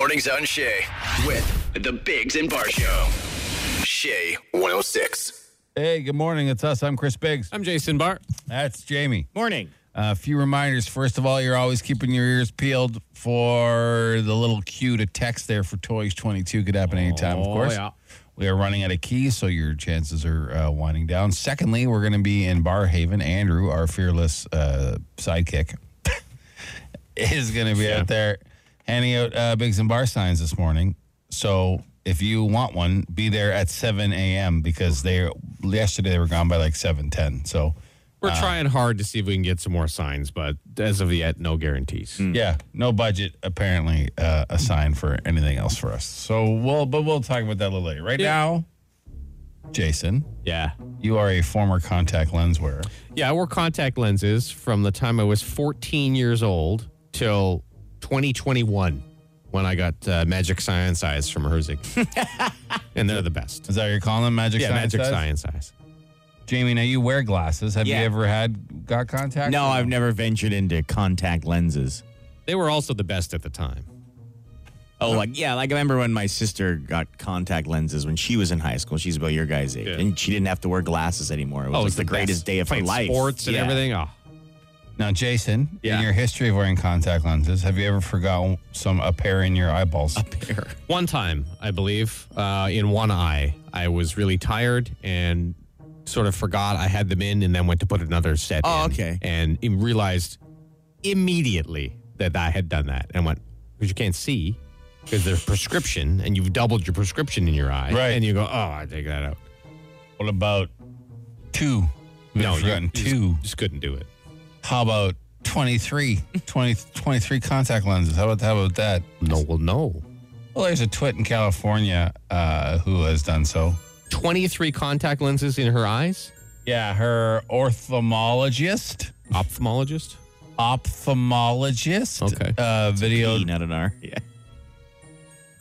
Mornings on Shay with the Bigs and Bar Show. Shay 106. Hey, good morning. It's us. I'm Chris Biggs. I'm Jason Barr. That's Jamie. Morning. A few reminders. First of all, you're always keeping your ears peeled for the little cue to text there for Toys 22. Could happen anytime, of Oh, course. yeah. We are running out of keys, so your chances are uh, winding down. Secondly, we're going to be in Bar Haven. Andrew, our fearless uh, sidekick, is going to be out there handing out uh, Bigs and Bar signs this morning. So if you want one, be there at 7 a.m. because they yesterday they were gone by like 7:10. So. We're trying hard to see if we can get some more signs, but as of yet, no guarantees. Hmm. Yeah, no budget apparently uh, assigned for anything else for us. So we'll, but we'll talk about that a little later. Right Yeah. now, Jason, Yeah. you are a former contact lens wearer. Yeah, I wore contact lenses from the time I was 14 years old till 2021 when I got uh, Magic Science Eyes from Herzig. and they're the best. Is that what you're calling them? Magic Yeah, science? Magic eyes? Science Eyes. Jamie, now you wear glasses. Have Yeah. you ever had got contact? No, I've never ventured into contact lenses. They were also the best at the time. Oh, like yeah, like I remember when my sister got contact lenses when she was in high school. She's about your guy's age, Yeah. Oh, and she didn't have to wear glasses anymore. It was, like, the, greatest best. day of her Playing life. Sports and Yeah. everything. Oh, Now, Jason, Yeah. in your history of wearing contact lenses, have you ever forgotten some a pair in your eyeballs? Uh, One time, I believe, uh, in one eye, I was really tired and sort of forgot I had them in, and then went to put another set. Oh, in okay. And im- realized immediately that I had done that, and went because you can't see because there's prescription, and you've doubled your prescription in your eye, Right. And you go, oh, I take that out. What about two? We've no, you, forgotten you two. Just, just couldn't do it. How about 23? 20, 23 contact lenses. How about how about that? No, well, no. Well, there's a twit in California uh, who has done so. Twenty-three contact lenses in her eyes. Yeah, her ophthalmologist, Ophthalmologist. ophthalmologist, Okay. uh, video E, not an R. Yeah.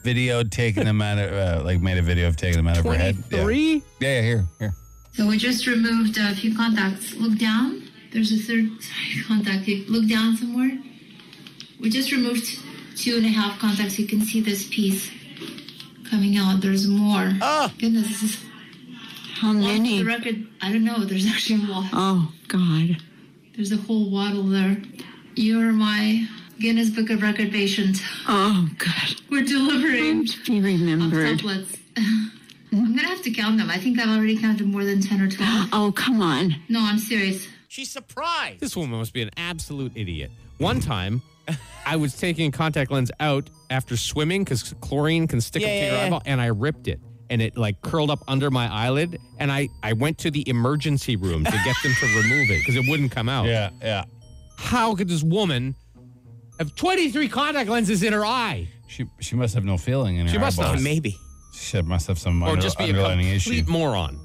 video taking them out of uh, like made a video of taking them out of her head. Twenty-three. Yeah. yeah, yeah, here, here. So we just removed a few contacts. Look down. There's a third contact. You Look down somewhere. We just removed two and a half contacts. You can see this piece coming out. There's more. Oh goodness, this is How off the many? record. I don't know. There's actually a lot. Oh, God. There's a whole waddle there. You're my Guinness Book of Record patient. Oh, God. We're delivering He remembered. octoplets. I'm gonna have to count them. I think I've already counted more than ten or twelve. Oh, come on. No, I'm serious. She's surprised. This woman must be an absolute idiot. One time, I was taking a contact lens out after swimming because chlorine can stick Yeah, up to yeah, your yeah. eyeball, and I ripped it. And it like curled up under my eyelid, and I I went to the emergency room to get them to remove it because it wouldn't come out. Yeah, yeah. How could this woman have 23 contact lenses in her eye, She she must have no feeling in She her must not. eyeballs. Maybe. She must have some or under, just be a underlining complete issue. moron?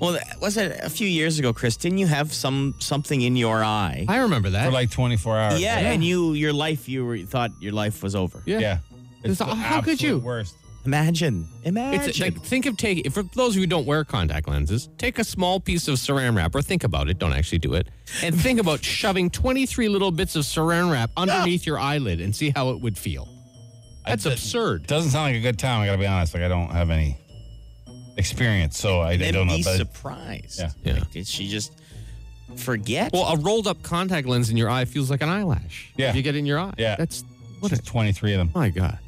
Well, that- was it a few years ago, Chris? Didn't you have some something in your eye? I remember that. for like 24 hours. yeah, yeah. and you, your life, you were, thought your life was over. yeah. yeah. It's- the how could absolute you? Worst. Imagine, imagine. It's like think of taking for those of you who don't wear contact lenses, take a small piece of saran wrap or think about it, don't actually do it. And think about shoving 23 little bits of saran wrap Ah! underneath your eyelid and see how it would feel. That's I- absurd. Doesn't sound like a good time. I gotta be honest. Like I don't have any experience, so I, I and don't know. be but- surprised. Yeah. Yeah. Like, did she just forget? Well, a rolled up contact lens in your eye feels like an eyelash. Yeah. If you get it in your eye. Yeah. That's What what a, oh is 23 of them? my God.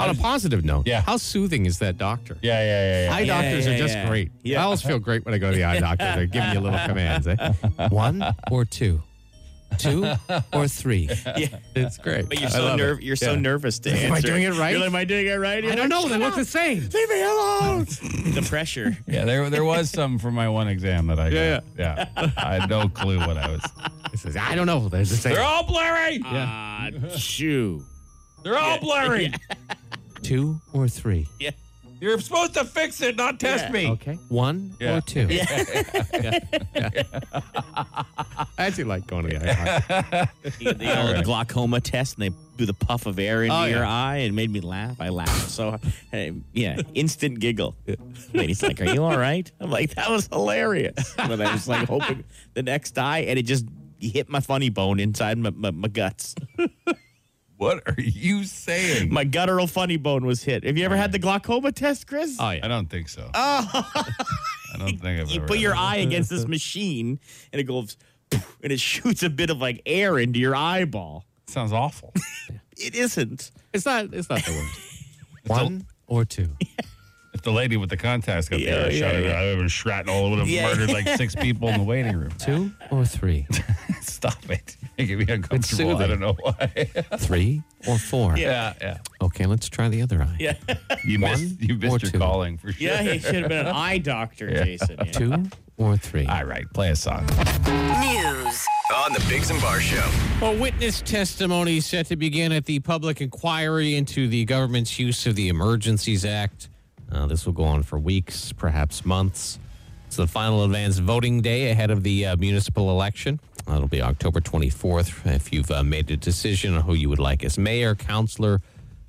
On a positive note, Yeah. how soothing is that doctor? Yeah, yeah, yeah, yeah. Eye Yeah, doctors yeah, are just yeah. great. Yeah. I always feel great when I go to the eye doctor. They're giving you little commands. eh? One or two. Two or three. yeah. It's great. But you're I so love it. nerv- you're so Yeah. nervous to Am I answer. doing it right? You're like, am I doing it right? I don't know. Then what to say? Leave me alone. the pressure. Yeah, there there was some for my one exam that I Yeah, got. yeah yeah I had no clue what I was. This is- I don't know. There's just They're a all blurry. Ah, chew. They're all blurry. two or three. You're supposed to fix it, not test Yeah. me. Okay, one Yeah. or two. Yeah. Yeah. I actually like going to the eye. doctor. the old glaucoma test, and they do the puff of air into Oh, your yeah. eye, and made me laugh. I laughed so, hey, yeah, instant giggle. Lady's like, "Are you all right?" I'm like, "That was hilarious." But I was like hoping the next eye, and it just hit my funny bone inside my, my, my guts. What are you saying? My guttural funny bone was hit. Have you ever had the glaucoma test, Chris? Oh yeah. I don't think so. I don't think I've you ever put had your that. eye against this machine and it goes poof, and it shoots a bit of like air into your eyeball. Sounds awful. It isn't. It's not. It's not the worst. One or two. If the lady with the contacts got Yeah, there, yeah, shot it, I would have shrapnel. I would have Yeah. murdered like six people in the waiting room. Two or three. Stop it. Making me uncomfortable. I soothing. don't know why. Three or four. yeah, yeah. Okay, let's try the other eye. Yeah. You One missed, you or missed your two. calling for sure. Yeah, he should have been an eye doctor, Jason. yeah. Two or three. All right, play a song. News. On the Biggs and Bar Show. A witness testimony is set to begin at the public inquiry into the government's use of the Emergencies Act. Uh, this will go on for weeks, perhaps months. It's the final advance voting day ahead of the uh, municipal election. That'll be October 24th. If you've uh, made a decision on who you would like as mayor, counselor,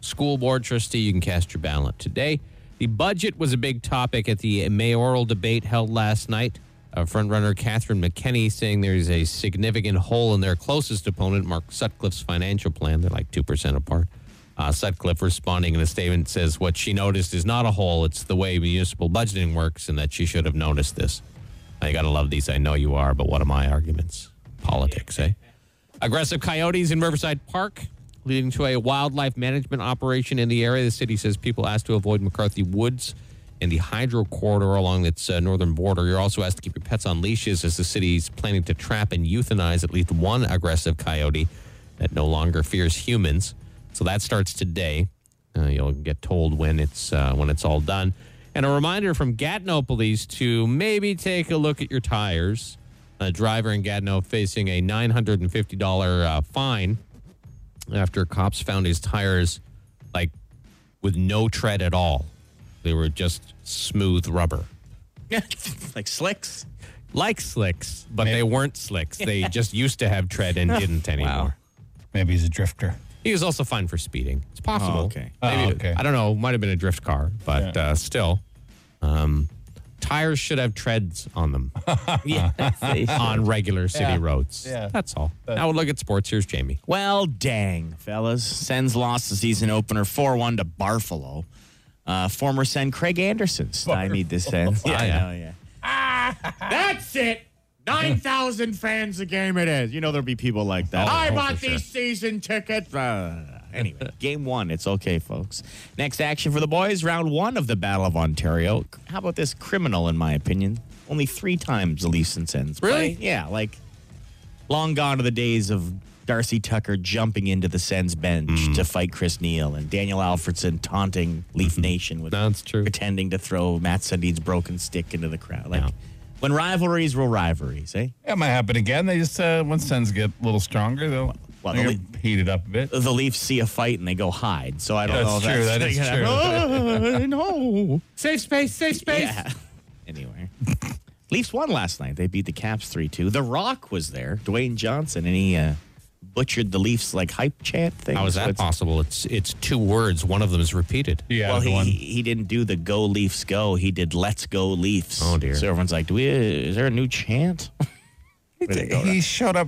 school board trustee, you can cast your ballot today. The budget was a big topic at the mayoral debate held last night. Uh, frontrunner Catherine McKenney saying there is a significant hole in their closest opponent, Mark Sutcliffe's financial plan. They're like 2% apart. Uh, Sutcliffe responding in a statement says what she noticed is not a hole, it's the way municipal budgeting works and that she should have noticed this. I gotta love these. I know you are, but what are my arguments? Politics, eh? Aggressive coyotes in Riverside Park, leading to a wildlife management operation in the area. The city says people asked to avoid McCarthy Woods and the hydro corridor along its uh, northern border. You're also asked to keep your pets on leashes as the city's planning to trap and euthanize at least one aggressive coyote that no longer fears humans. So that starts today. Uh, you'll get told when it's uh, when it's all done. And a reminder from Gatineau Police to maybe take a look at your tires. A driver in Gatineau facing a $950 uh, fine after cops found his tires like with no tread at all. They were just smooth rubber, like slicks. like slicks, but they weren't slicks. They just used to have tread and didn't anymore. Maybe he's a drifter. He was also fined for speeding. It's possible. Oh, okay. Maybe, Oh, okay. I don't know. Might have been a drift car, but uh, still, um, tires should have treads on them on regular city roads. Yeah. That's all. now we'll look at sports. Here's Jamie. Well, dang, fellas. Sens lost the season opener 4 1 to Barfalo. Uh, former Sen Craig Anderson stymied the Sens. Yeah, yeah. I know, yeah. that's it. 9,000 fans a game it is. You know, there'll be people like Oh, that. I bought these season tickets. Uh, anyway, game one. It's okay, folks. Next action for the boys, round one of the Battle of Ontario. How about this criminal, in my opinion? Only three times the Leafs and Sens. Really? play. Yeah, like long gone are the days of Darcy Tucker jumping into the Sens bench Mm. to fight Chris Neal and Daniel Alfredson taunting Leaf Mm-hmm. Nation with That's true. pretending to throw Matt Sundin's broken stick into the crowd. Like Yeah. when rivalries were rivalries, eh? That might happen again. They just uh, once sends get a little stronger, they'll, Well, they'll the get heated up a bit. The Leafs see a fight and they go hide. So I don't That's know. true. If That that's is gonna true. happen. no. Safe space. Safe space. Yeah. Anyway. Leafs won last night. They beat the Caps 3 2. The Rock was there, Dwayne Johnson, and he uh, butchered the Leafs like hype chant thing. How is So that it's- possible? It's it's two words. One of them is repeated. Yeah, well, the he, one. he didn't do the go Leafs go. He did let's go Leafs. Oh, dear. So everyone's like, do we? Is there a new chant? he showed up,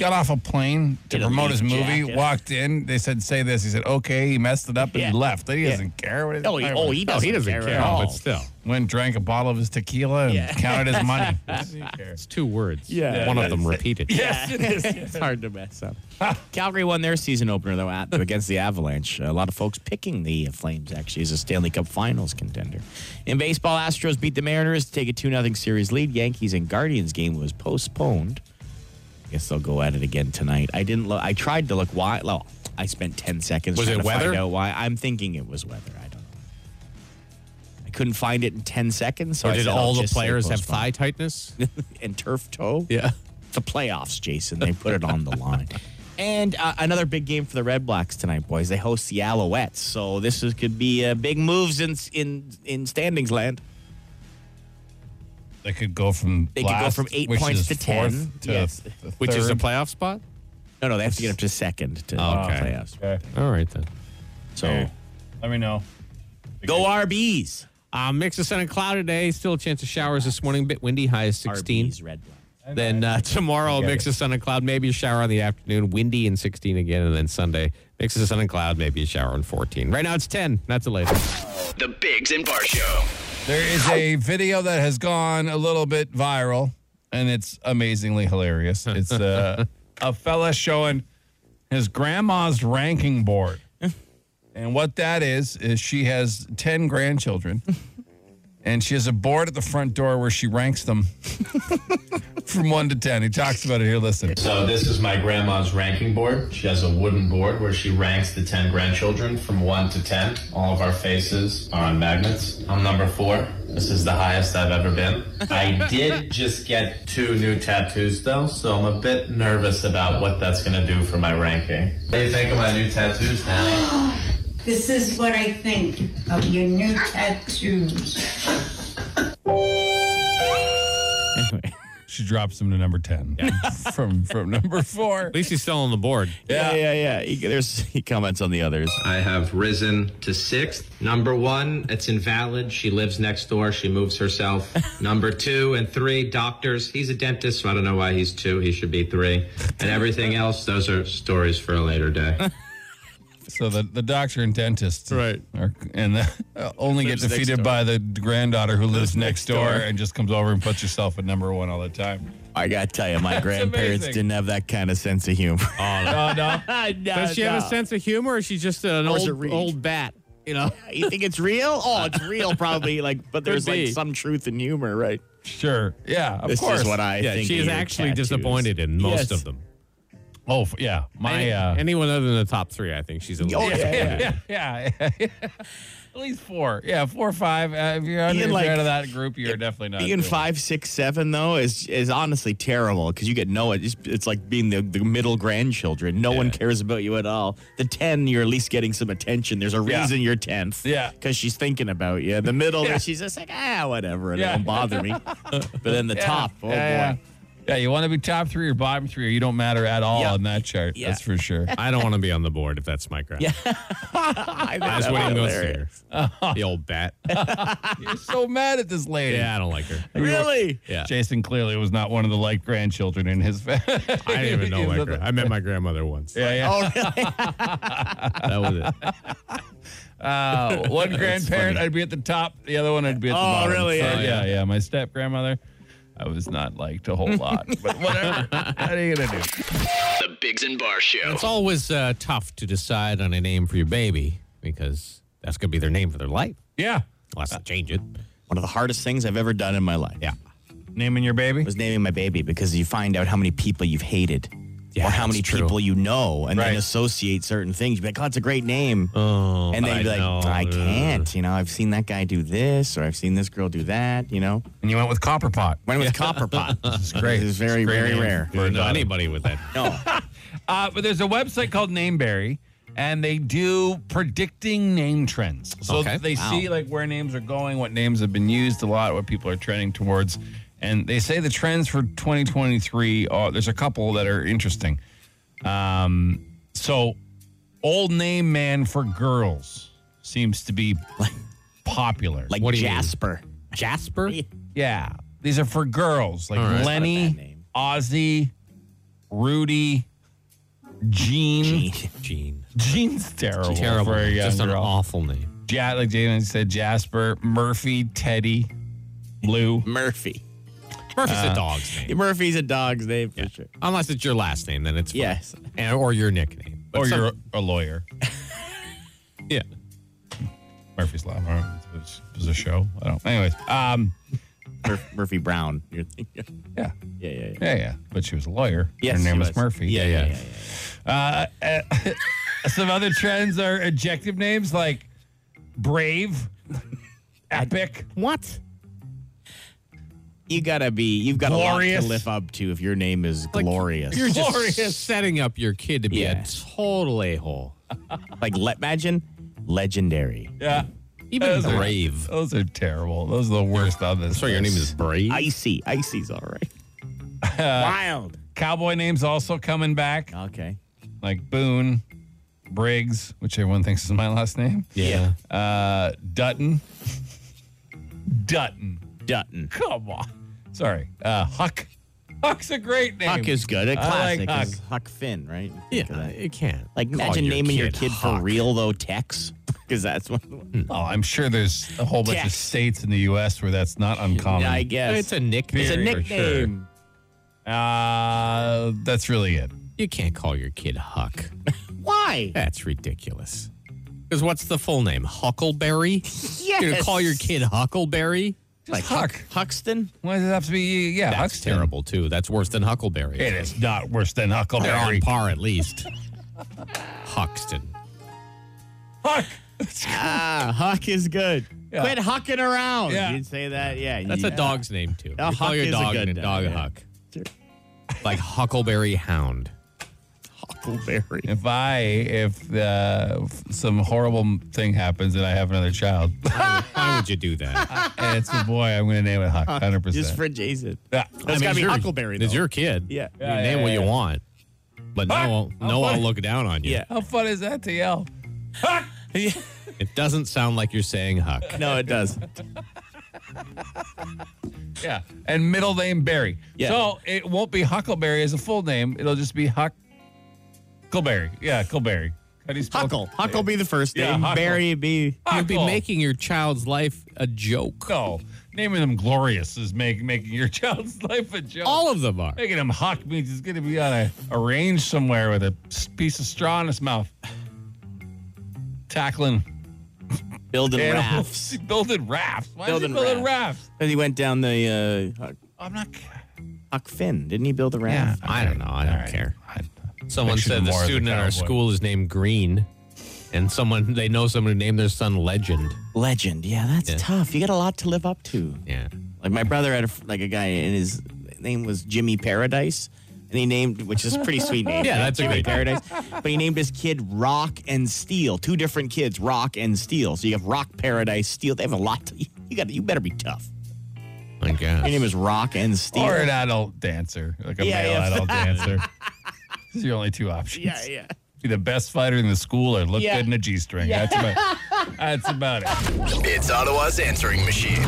got off a plane to Did a promote leaf his movie, jacket. walked in. They said, say this. He said, okay. He messed it up and Yeah. he left. He Yeah. doesn't care what his Oh, he, oh, he doesn't. care, at all. but still, Went and drank a bottle of his tequila and Yeah. counted his money. Does he care? it's two words. Yeah. One of them repeated. Yes, it is. It's hard to mess up. Calgary won their season opener though at, against the Avalanche. A lot of folks picking the Flames actually as a Stanley Cup Finals contender. In baseball, Astros beat the Mariners to take a two 0 series lead. Yankees and Guardians game was postponed. I guess they'll go at it again tonight. I didn't. Lo- I tried to look why. Well, I spent ten seconds. Was trying it to find weather? out why? I'm thinking it was weather. I don't know. I couldn't find it in ten seconds. So Or I did said, all I'll the just say players have postponed thigh tightness? and turf toe. Yeah. It's the playoffs, Jason. They put it on the line. And uh, another big game for the Red Blacks tonight, boys. They host the Alouettes, so this is, could be uh, big moves in in in standings land. They could go from They could go last, from eight which points is to 10. fourth to Yes. th- Which is a third. playoff spot? No, no, they have to get up to second to Oh, the okay. playoffs. Okay. All right then. So Let me know. go RBs. Uh, mix of sun and cloud today. Still a chance of showers this morning. Bit windy. High is 16. RBs, Red Blacks. Then uh, tomorrow, mix of sun and cloud, maybe a shower in the afternoon, windy and 16 again. And then Sunday, mix of sun and cloud, maybe a shower and 14. Right now it's 10. That's the latest. The Bigs and Bar Show. There is a video that has gone a little bit viral, and it's amazingly hilarious. It's uh, a fella showing his grandma's ranking board. And what that is, is she has 10 grandchildren, and she has a board at the front door where she ranks them from one to 10. He talks about it here. Listen. So this is my grandma's ranking board. She has a wooden board where she ranks the 10 grandchildren from 1 to 10. All of our faces are on magnets. I'm number 4. This is the highest I've ever been. I did just get two new tattoos though, so I'm a bit nervous about what that's going to do for my ranking. What do you think of my new tattoos now? This is what I think of your new tattoos. Anyway, She drops him to number 10 from, from number four. At least he's still on the board. yeah, yeah, yeah. He, there's, he comments on the others. I have risen to sixth. Number one, it's invalid. She lives next door. She moves herself. Number two and three, doctors. He's a dentist, so I don't know why he's two. He should be three. And everything else, those are stories for a later day. So the, the doctor and dentist, right, are, and the, uh, only get Lives next defeated door. by the granddaughter who lives next door and just comes over and puts herself at number one all the time. I got to tell you, my grandparents amazing. didn't have that kind of sense of humor. Oh no, Ah, no, Does she have a sense of humor uh, or is she just an Or is it old, Reed? old bat? You know, you think it's real? Oh, it's real, probably. Like, but there's be. like some truth in humor, right? sure, yeah, of This course. is what I Yeah, think. she is of your actually tattoos. disappointed in most Yes. of them. Oh f- yeah, my Any- uh, anyone other than the top three, I think she's a little Oh, yeah, disappointed. yeah, yeah, yeah, at least four, yeah, four or five. Uh, if you're, under, Being if like- you're out of that group, you're definitely not Being doing it. five, six, seven though is is honestly terrible because you get no. It's, it's like being the, the middle grandchildren. No one cares about you at all. The ten, you're at least getting some attention. There's a Yeah. reason you're tenth. Yeah. because she's thinking about you. The middle, Yeah. she's just like ah, whatever. It Yeah. don't bother me. but then the Yeah, top, oh yeah, boy. yeah. Yeah, you want to be top three or bottom three, or you don't matter at all Yeah. on that chart. Yeah. That's for sure. I don't want to be on the board if that's my crap. Yeah. I That's what think that's he goes to hilarious. her. The old bat. you're so mad at this lady. Yeah, I don't like her. Really? Yeah. Jason clearly was not one of the like grandchildren in his family. I didn't even know my grand. I met my grandmother once. Yeah, yeah. Oh, really? That was it. Uh, one grandparent, I'd be at the top. The other one, I'd be at the Oh, bottom. really? So, Yeah, yeah, yeah, My step grandmother, I was not liked a whole lot. But whatever. what are you gonna do? The Bigs and Bar Show. It's always uh, tough to decide on a name for your baby because that's going to be their name for their life. Yeah, Unless they change it. One of the hardest things I've ever done in my life. Yeah. naming your baby. was naming my baby because you find out how many people you've hated or how that's many true. people you know and Right. then associate certain things. You'd be like, oh, it's a great name. Oh, and then I you'd be like, know. I can't. You know, I've seen that guy do this or I've seen this girl do that, you know. And you went with Copperpot. Went with Copperpot. It's great. It's very, It's a great very name. rare. I don't know anybody with that. No. Uh, but there's a website called Nameberry, and they do predicting name trends. So Okay. they see like where names are going, what names have been used a lot, what people are trending towards, and they say the trends for 2023. Are, there's a couple that are interesting. Um, so old name man for girls seems to be popular. Like What do you mean? Jasper. Jasper? yeah, these are for girls like right. Not a bad Lenny, name. Ozzy, Rudy, Gene. Gene. Gene's terrible. Terrible. For a young Just an girl. awful name. ja- like Jalen said, Jasper, Murphy, Teddy, Uh, Blue. Murphy. Murphy's a dog's name. Murphy's a dog's name for sure. Unless it's your last name, then it's fine. Yes. And- or your nickname. But or some- you're a lawyer. yeah. Murphy's Law. I don't know. It was- it was a show. I don't. Anyways, um, Mur- Murphy Brown. You're thinking. yeah, Yeah, yeah, yeah. yeah, yeah. But she was a lawyer. Yes, Her name she was was. Murphy. Uh, Yeah, yeah, yeah. yeah, Some other trends are adjective names like brave, epic. What? You gotta be. You've got a lot Glorious. to live up to if your name is glorious. You're Glorious. just setting up your kid to be Yeah. a total a hole. Like, le- imagine legendary. Yeah. Even are- brave. Those are terrible. Those are the worst on this. Sorry, your name list. is Brave. Icy. Icy's all right. Wild. Cowboy names also coming back. Okay. like Boone, Briggs, which everyone thinks is my last name. yeah. Uh, Dutton. Dutton. Dutton. Come on. Sorry. Uh, Huck. Huck's a great name. Huck is good. I A like classic. Huck. is Huck Finn, right? Think of Yeah, that. it can't. Like Call imagine naming your kid Huck. for real though, Tex, because that's what. Oh, I'm sure there's a whole bunch of Tex. states in the U.S. where that's not uncommon. I guess It's a nickname. It's a Very for sure. nickname. Uh, that's really it. You can't call your kid Huck. Why? That's ridiculous. Because what's the full name? Huckleberry? You're gonna Yes. call your kid Huckleberry? Like Huck. Huxton. Why does it have to be? E? Yeah, That's Huck's terrible too. That's worse than Huckleberry. It is not worse than They're on Huckleberry. par at least. Huxton. Huck. Ah, Huck is good. Yeah. Quit hucking around. Yeah. You'd say that. Yeah, That's yeah. a dog's name too. A you call Huck your is a dog good a dog, dog a yeah. Huck. Like Huckleberry Hound. Huckleberry. If I if uh, if some horrible thing happens and I have another child, Why would you do that? and it's a boy, I'm going to name it Huck. Hundred Just percent. for Jason. Yeah. That's gotta it's be your- Huckleberry. It's though. your kid. Yeah. You Yeah, can yeah, name what yeah, you yeah. want. But Huck. no, one- How no one funny. will look down on you. Yeah. How fun is that to yell? It doesn't sound like you're saying Huck. No, it does. Yeah, and middle name Barry. Yeah. So it won't be Huckleberry as a full name. It'll just be Huck. Huckleberry. Yeah, Huckleberry. How do you spell Huckle. Huckle be the first Yeah, name. Huckle. Barry be. You'd be Huckle. making your child's life a joke. No, naming them glorious is make, making your child's life a joke. All of them are. making him Huck means he's going to be on a, a range somewhere with a s- piece of straw in his mouth, tackling Building animals. rafts. He Building rafts. Why Building is he building rafts? Then he went down the uh, Huck- I'm not. Huck Finn. Didn't he build a raft? I don't know. I don't care. I, Someone Picture said the more of the student in our cowboy. school is named Green, and someone they know someone who named their son Legend. Legend. Yeah, that's tough. You got a lot to live up to. Yeah. Like my brother had a, f- like a guy, and his name was Jimmy Paradise, and he named, which is a pretty sweet name. Yeah, that's a Jimmy great Paradise. But he named his kid Rock and Steel. Two different kids, Rock and Steel. So you have Rock Paradise Steel. They have a lot. To, you got. You better be tough. My Your God. name is Rock and Steel. or an adult dancer, like a Yeah, male yeah. adult dancer. These are your only two options. yeah, yeah. Be the best fighter in the school or look Yeah. good in a G string. That's about. That's about it. It's Ottawa's answering machine.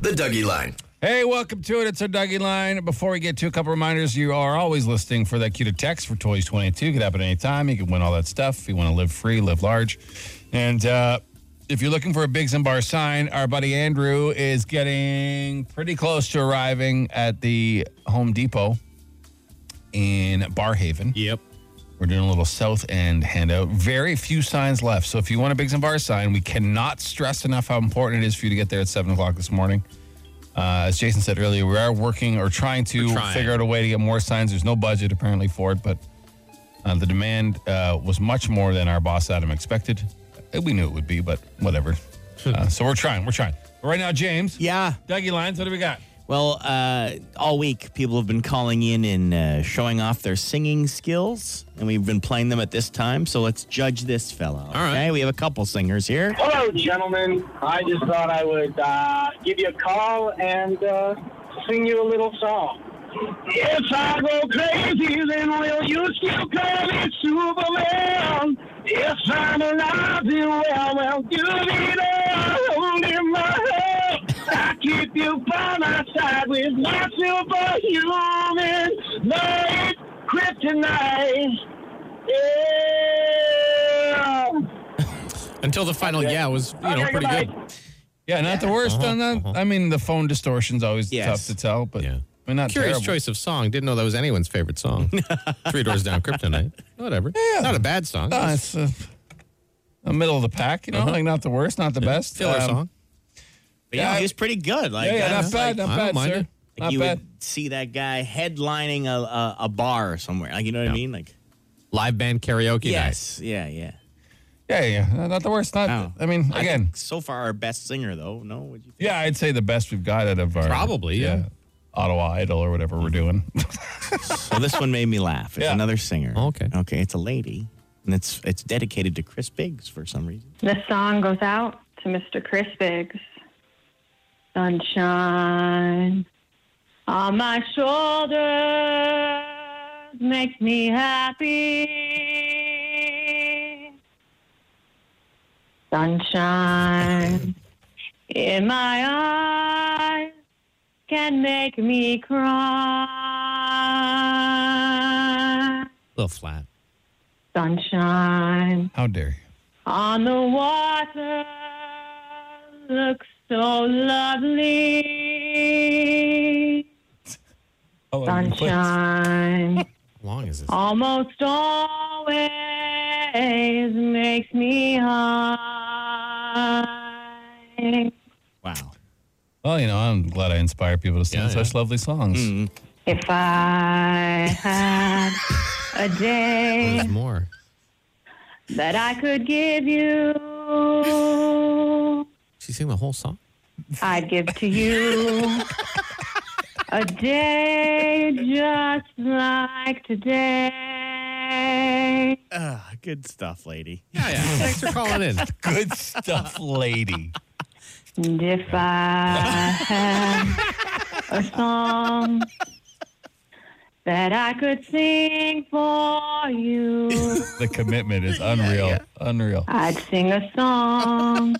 The Dougie Line. Hey, welcome to it. It's our Dougie line. Before we get to a couple reminders, you are always listening for that cue to text for Toys 22. Could happen anytime. You can win all that stuff. If you want to live free, live large. And uh, if you're looking for a Big and Bar sign, our buddy Andrew is getting pretty close to arriving at the Home Depot in Barhaven. Yep. We're doing a little South End handout. Very few signs left. So if you want a Biggs and Bar sign, we cannot stress enough how important it is for you to get there at 7 o'clock this morning. Uh, as Jason said earlier, we are working or trying to We're trying. figure out a way to get more signs. There's no budget apparently for it, but uh, the demand uh, was much more than our boss Adam expected. Uh, We knew it would be, but whatever. uh, so we're trying. We're trying. Right now, James. Yeah. Dougie Lines, what do we got? Well, uh, all week people have been calling in and uh, showing off their singing skills, and we've been playing them at this time. So let's judge this fella. All right. Okay, we have a couple singers here. Oh, Hello, gentlemen. I just thought I would uh, give you a call and uh, sing you a little song. If I go crazy, then will you still call me Superman? If I'm alive and well, well, you be the hold in my hand. I keep you by my side with my superhuman light kryptonite. Yeah. Until the final yeah was you know Okay, pretty goodbye. good. Yeah, not the worst. Uh-huh, on that. uh-huh. I mean, the phone distortion's always Yes. tough to tell, but Yeah. I mean, not Curious terrible. choice of song. Didn't know that was anyone's favorite song. Three Doors Down, Kryptonite. Whatever. Not a bad song. No, It's it's uh, a middle of the pack, you know, like not the worst, not the best. a Uh-huh. filler Um, song. But yeah, Yeah. he was pretty good. Like, Yeah, yeah, I not was bad, like- not I don't bad, mind sir. it. Like Not you bad. would see that guy headlining a a, a bar somewhere. Like you know what I mean? Like Live band karaoke night. yes, yeah, yeah. Yeah, yeah, yeah, not the worst. Not. Oh. No. I mean, again, think so far our best singer though. No, would you? Think? yeah, I'd say the best we've got out of our Probably, yeah. Ottawa Idol or whatever we're doing. So this one made me laugh. It's Yeah. another singer. Okay. Oh, okay. It's a lady, and it's it's dedicated to Chris Biggs for some reason. The song goes out to Mr. Chris Biggs. Sunshine on my shoulders makes me happy. Sunshine in my eyes can make me cry. little flat. Sunshine How dare you? on the water looks so lovely. Sunshine How long is this? almost always makes me high. Wow. Well, you know, I'm glad I inspire people to sing Yeah, Mm-hmm. such lovely songs. If I had a day Oh, There's more. that I could give you, She sang the whole song. I'd give to you a day just like today. Ah, good stuff, lady. Yeah, yeah. Thanks for calling in. Good stuff, lady. And if I had a song that I could sing for you, The commitment is unreal. Unreal. I'd sing a song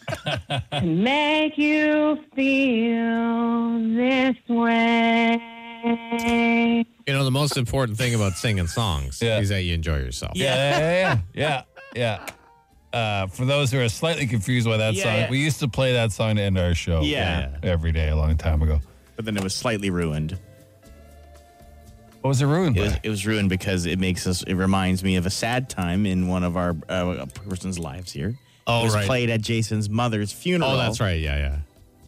to make you feel this way. You know, the most important thing about singing songs Yeah. is that you enjoy yourself. Yeah, yeah, yeah, yeah. yeah. Uh, for those who are slightly confused by that Yeah, song, yeah. we used to play that song to end our show. Yeah. every day a long time ago. But then it was slightly ruined. What was it ruined It by? was, it was ruined because it makes us. It reminds me of a sad time in one of our uh, a person's lives here. Oh, it was right. played at Jason's mother's funeral. Oh, that's right. Yeah, yeah.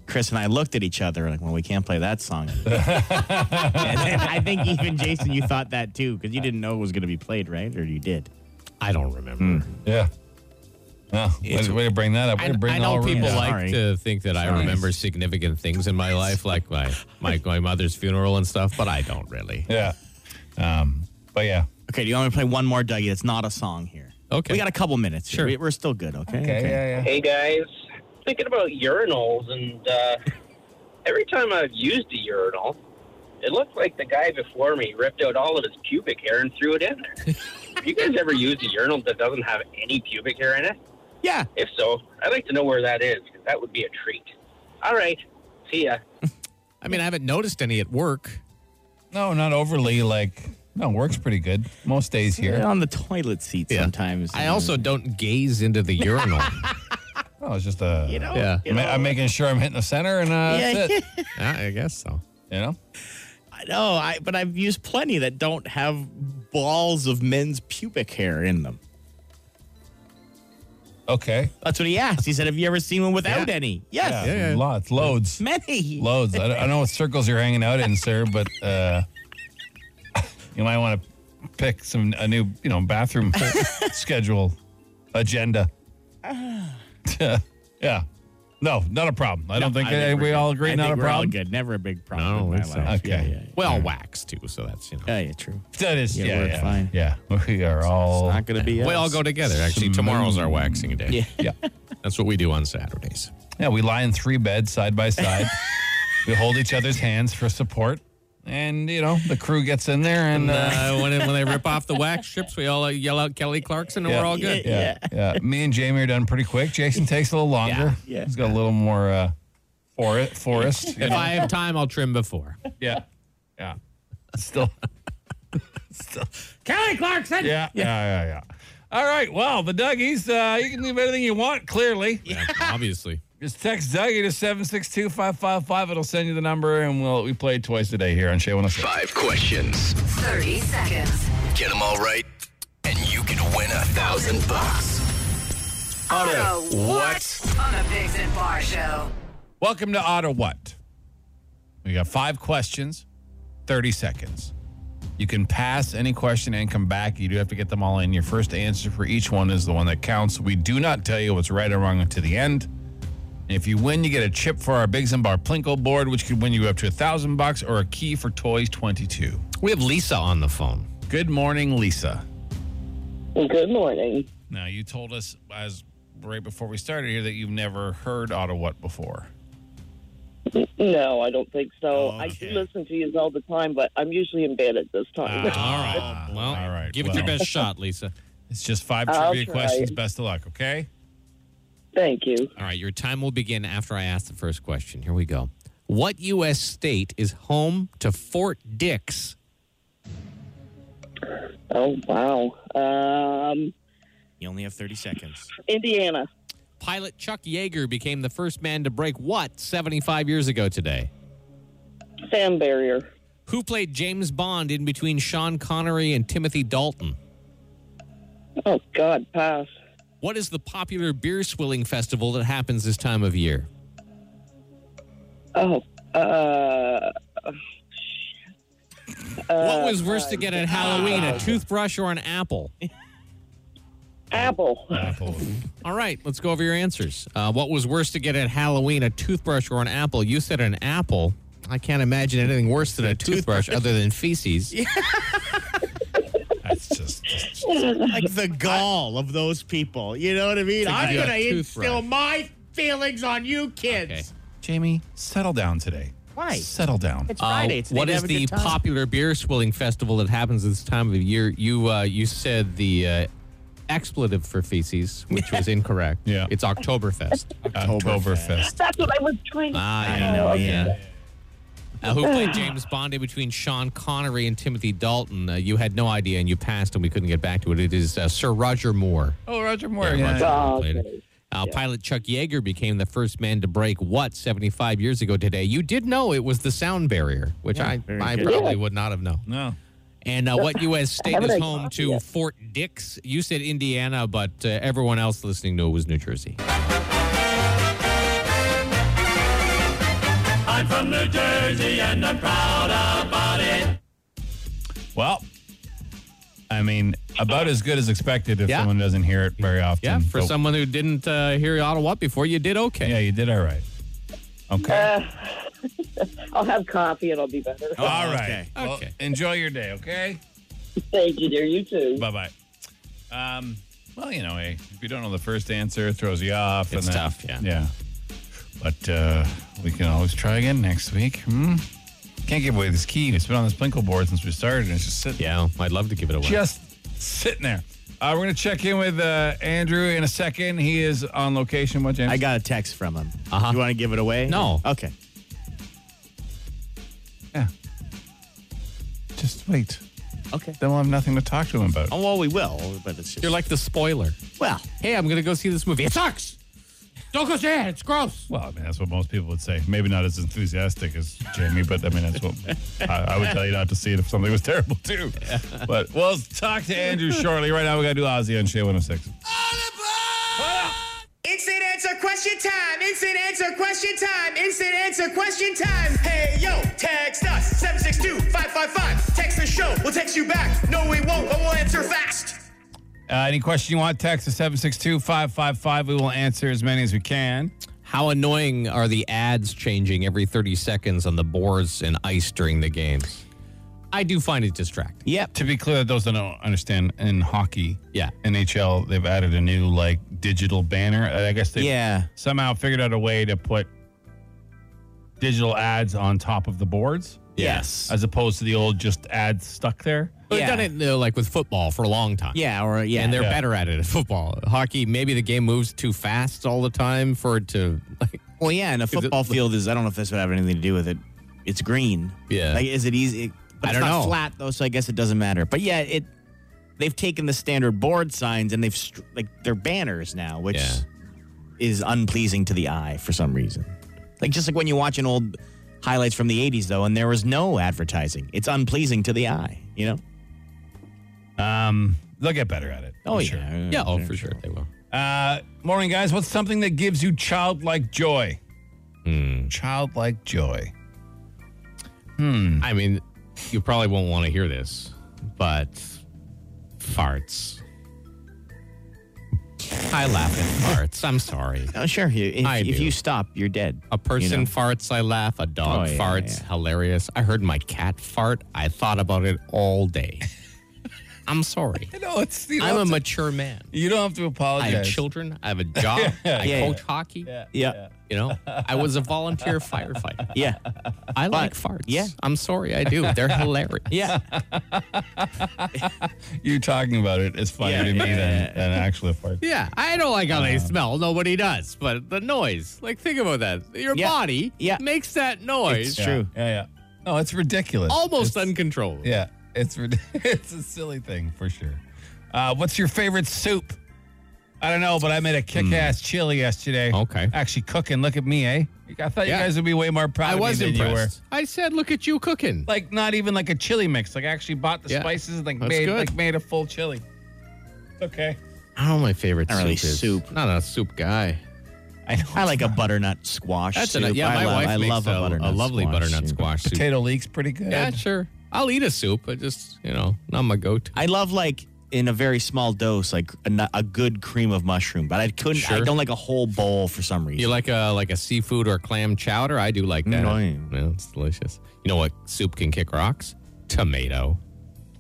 Chris and I looked at each other like, well, we can't play that song. anymore." and then I think even Jason, you thought that too because you didn't know it was going to be played, right? Or you did? I don't remember. yeah. No, way It's- to- way to bring that up. Way I, to bring I know all people around. Yeah, like sorry. to think that I Sorry. remember significant things in my life, like my, my my mother's funeral and stuff, but I don't really. Yeah. Um, but yeah. Okay, do you want me to play one more, Dougie? It's not a song here. Okay. We got a couple minutes. Sure. Sure. We, we're still good, okay? Yeah. Hey guys, thinking about urinals, and uh, every time I've used a urinal, it looked like the guy before me ripped out all of his pubic hair and threw it in there. Have you guys ever used a urinal that doesn't have any pubic hair in it? Yeah. If so, I'd like to know where that is, 'cause that would be a treat. All right, see ya. I mean, I haven't noticed any at work. No, not overly. Like, no, works pretty good most days here. On the toilet seat Yeah. sometimes. I also don't gaze into the urinal. Oh, it's just a. you know, Yeah. you know, I'm making sure I'm hitting the center, and uh, that's it. yeah, I guess so. You know. I know, I, but I've used plenty that don't have balls of men's pubic hair in them. Okay. That's what he asked. He said, Have you ever seen one without Yeah. any? Yes. yeah, yeah. Lots, loads, Many. loads. I don't, I don't know what circles you're hanging out in, sir, but uh, you might want to pick some a new, you know, bathroom schedule agenda. yeah. No, not a problem. I don't think, I we we're all good. agree. I not think a we're all problem. good. Never a big I problem don't in my think so. life. Yeah, Okay. yeah, yeah. Well, wax too, so that's you know. Yeah, yeah, true. That is, Yeah, yeah, we're yeah, fine. yeah. We are all. Not going to be. We all us. go together. Actually, tomorrow's our waxing day. Yeah. yeah, That's what we do on Saturdays. yeah. We lie in three beds side by side. we hold each other's hands for support, and you know the crew gets in there and. Uh, Uh, when, when they rip off the wax strips, we all uh, yell out Kelly Clarkson and we're all good. Yeah. yeah. Me and Jamie are done pretty quick. Jason takes a little longer. Yeah, yeah. He's got a little more uh, for forest. you If know? I have time, I'll trim before. yeah. Yeah. Still. Kelly Clarkson! Yeah. Yeah. Yeah. Yeah. All right. Well, the Dougies, uh, you can leave anything you want, clearly. Yeah, obviously. Just text Dougie to 762 555. It'll send you the number, and we'll we play it twice a day here on oh Shea 106. Five questions. 30 seconds. Get them all right, and you can win a thousand bucks. Auto what? On the Bigs and Bar Show. Welcome to Auto What. We got five questions, 30 seconds. You can pass any question and come back. You do have to get them all in. Your first answer for each one is the one that counts. We do not tell you what's right or wrong to the end. And if you win, you get a chip for our Big Bar Plinko board, which could win you up to a thousand bucks or a key for Toys 22. We have Lisa on the phone. Good morning, Lisa. Good morning. Now you told us as right before we started here that you've never heard Auto What before. No, I don't think so. I Okay. do listen to you all the time, but I'm usually in bed at this time. Ah, all right. Well, all right. give it your Well. best shot, Lisa. It's just five I'll trivia try. questions. Best of luck, okay? Thank you. All right, your time will begin after I ask the first question. Here we go. What U.S. state is home to Fort Dix? Oh, wow. Um, You only have 30 seconds. Indiana. Pilot Chuck Yeager became the first man to break what 75 years ago today? Sand barrier. Who played James Bond in between Sean Connery and Timothy Dalton? Oh, God, pass. What is the popular beer swilling festival that happens this time of year? Oh, uh. what was worse to get at Halloween, a toothbrush or an apple? Apple. Apple. All right, let's go over your answers. Uh, what was worse to get at Halloween, a toothbrush or an apple? You said an apple. I can't imagine anything worse than a toothbrush other than feces. That's just, just like the gall of those people. You know what I mean? It's like I'm you got going a to toothbrush. instill my feelings on you kids. Okay. Jamie, settle down today. Why? Settle down. It's Uh, Friday. It's what is the popular beer swilling festival that happens this time of year? You uh, you said the uh, expletive for feces, which was incorrect. Yeah. it's Oktoberfest. Uh, Oktoberfest. That's what I was trying to ah, I know, yeah. Uh, who played James Bond in between Sean Connery and Timothy Dalton? Uh, you had no idea, and you passed, and we couldn't get back to it. It is uh, Sir Roger Moore. Oh, Roger Moore. Yeah, Yeah. Roger Moore Oh, played it. okay. Uh, Pilot Chuck Yeager became the first man to break what 75 years ago today. You did know it was the sound barrier, which I, very I good. probably would not have known. No. And uh, what U.S. state haven't is I home got to yet? Fort Dix? You said Indiana, but uh, everyone else listening knew it was New Jersey. I'm from New Jersey and I'm proud about it. Well, I mean, about as good as expected if Yeah. someone doesn't hear it very often. Yeah, for but- someone who didn't uh, hear Ottawa before, you did okay. Yeah, you did all right. Okay. I'll have coffee and I'll be better. all right. okay. Well, Uh, Okay. enjoy your day, okay? Thank you, dear. You too. Bye bye. Um, well, you know, hey, if you don't know the first answer, it throws you off. It's and then- tough, uh, yeah. Yeah. But uh, we can always try again next week. Hmm? Can't give away this key. It's been on this Plinkle board since we started, and it's just sitting Yeah, I'd love to give it away. just sitting there. Uh, we're going to check in with uh, Andrew in a second. He is on location. What, James? I got a text from him. Uh-huh. You want to give it away? No. Okay. Yeah. Just wait. Okay. Then we'll have nothing to talk to him about. Oh, well, we will, but it's just. You're like the spoiler. well, Hey, I'm gonna go see this movie. It sucks. Don't go see it. It's gross. Well, I mean, that's what most people would say. Maybe not as enthusiastic as Jamie, but I mean, that's what I, I would tell you not to see it if something was terrible, too. But we'll talk to Andrew shortly. Right now, we got to do Ozzy on Shea 106. Instant answer question time. Instant answer question time. Instant answer question time. Hey yo, text us 762-555. Text the show. We'll text you back. No, we won't, but we'll answer fast. Uh, any question you want, text to 762 555. We will answer as many as we can. How annoying are the ads changing every 30 seconds on the boards and ice during the games? I do find it distracting. yep. To be clear, those that don't understand, in hockey, Yeah. NHL, they've added a new like digital banner. I guess they Yeah. somehow figured out a way to put digital ads on top of the boards Yes. uh, as opposed to the old just ads stuck there. But Yeah. They've done it you know, like with football for a long time. Yeah, or yeah. and they're Yeah. better at it at football. Hockey, maybe the game moves too fast all the time for it to like. Well, yeah, and a football field is. I don't know if this would have anything to do with it. It's green. Yeah. Like, is it easy? But I it's don't not know. Flat though, so I guess it doesn't matter. But yeah, it. They've taken the standard board signs and they've str- like they're banners now, which Yeah. is unpleasing to the eye for some reason. Like just like when you watch an old highlights from the '80s though, and there was no advertising. It's unpleasing to the eye, you know. Um, they'll get better at it. Oh I'm yeah, sure. yeah, Yeah, oh, for sure. They will. Uh, morning, guys. What's something that gives you childlike joy? Hmm. Childlike joy. I mean, you probably won't want to hear this, but farts. I laugh at farts. I'm sorry. Oh sure, you- if, I if do. you stop, you're dead. A person You know? farts, I laugh. A dog Oh, yeah, farts, yeah. hilarious. I heard my cat fart. I thought about it all day. I'm sorry. No, it's you I'm don't a have to- mature man. You don't have to I apologize. have children. I have a job. I Yeah, coach yeah. hockey. Yeah. You know, I was a volunteer firefighter. Yeah. I like farts. Yeah. I'm sorry. I do. They're hilarious. Yeah. You talking about it is funnier Yeah, to me yeah, than, than actual fart. Yeah. I don't like how they Uh-huh. smell. Nobody does. But the noise, like, think about that. Your Yeah. body Yeah. makes that noise. Yeah, Yeah, yeah. No, it's ridiculous. Almost It's- uncontrollable. Yeah, it's rid- it's a silly thing for sure. Uh, what's your favorite soup? I don't know, but I made a kick-ass chili yesterday. Hmm. Okay. Actually, cooking. Look at me, eh? I thought Yeah. you guys would be way more proud I of was me than impressed. you were. I said, look at you cooking. Like not even like a chili mix. Like I actually bought the Yeah. spices and like That's made good. like made a full chili. It's okay. I don't know my favorite Not soup really is. soup. Not a soup guy. I know. I like a butternut squash. That's soup. a, yeah, I my love, wife I makes love a, a, butternut a lovely squash butternut soup. squash soup. Potato leek's pretty good. Yeah, sure. I'll eat a soup, but just, you know, not my go-to. I love like in a very small dose, like a, nu- a good cream of mushroom, but I couldn't. I Sure. don't like a whole bowl for some reason. You like a like a seafood or clam chowder? I do like that. No, I- Yeah, it's delicious. You know what soup can kick rocks? Tomato.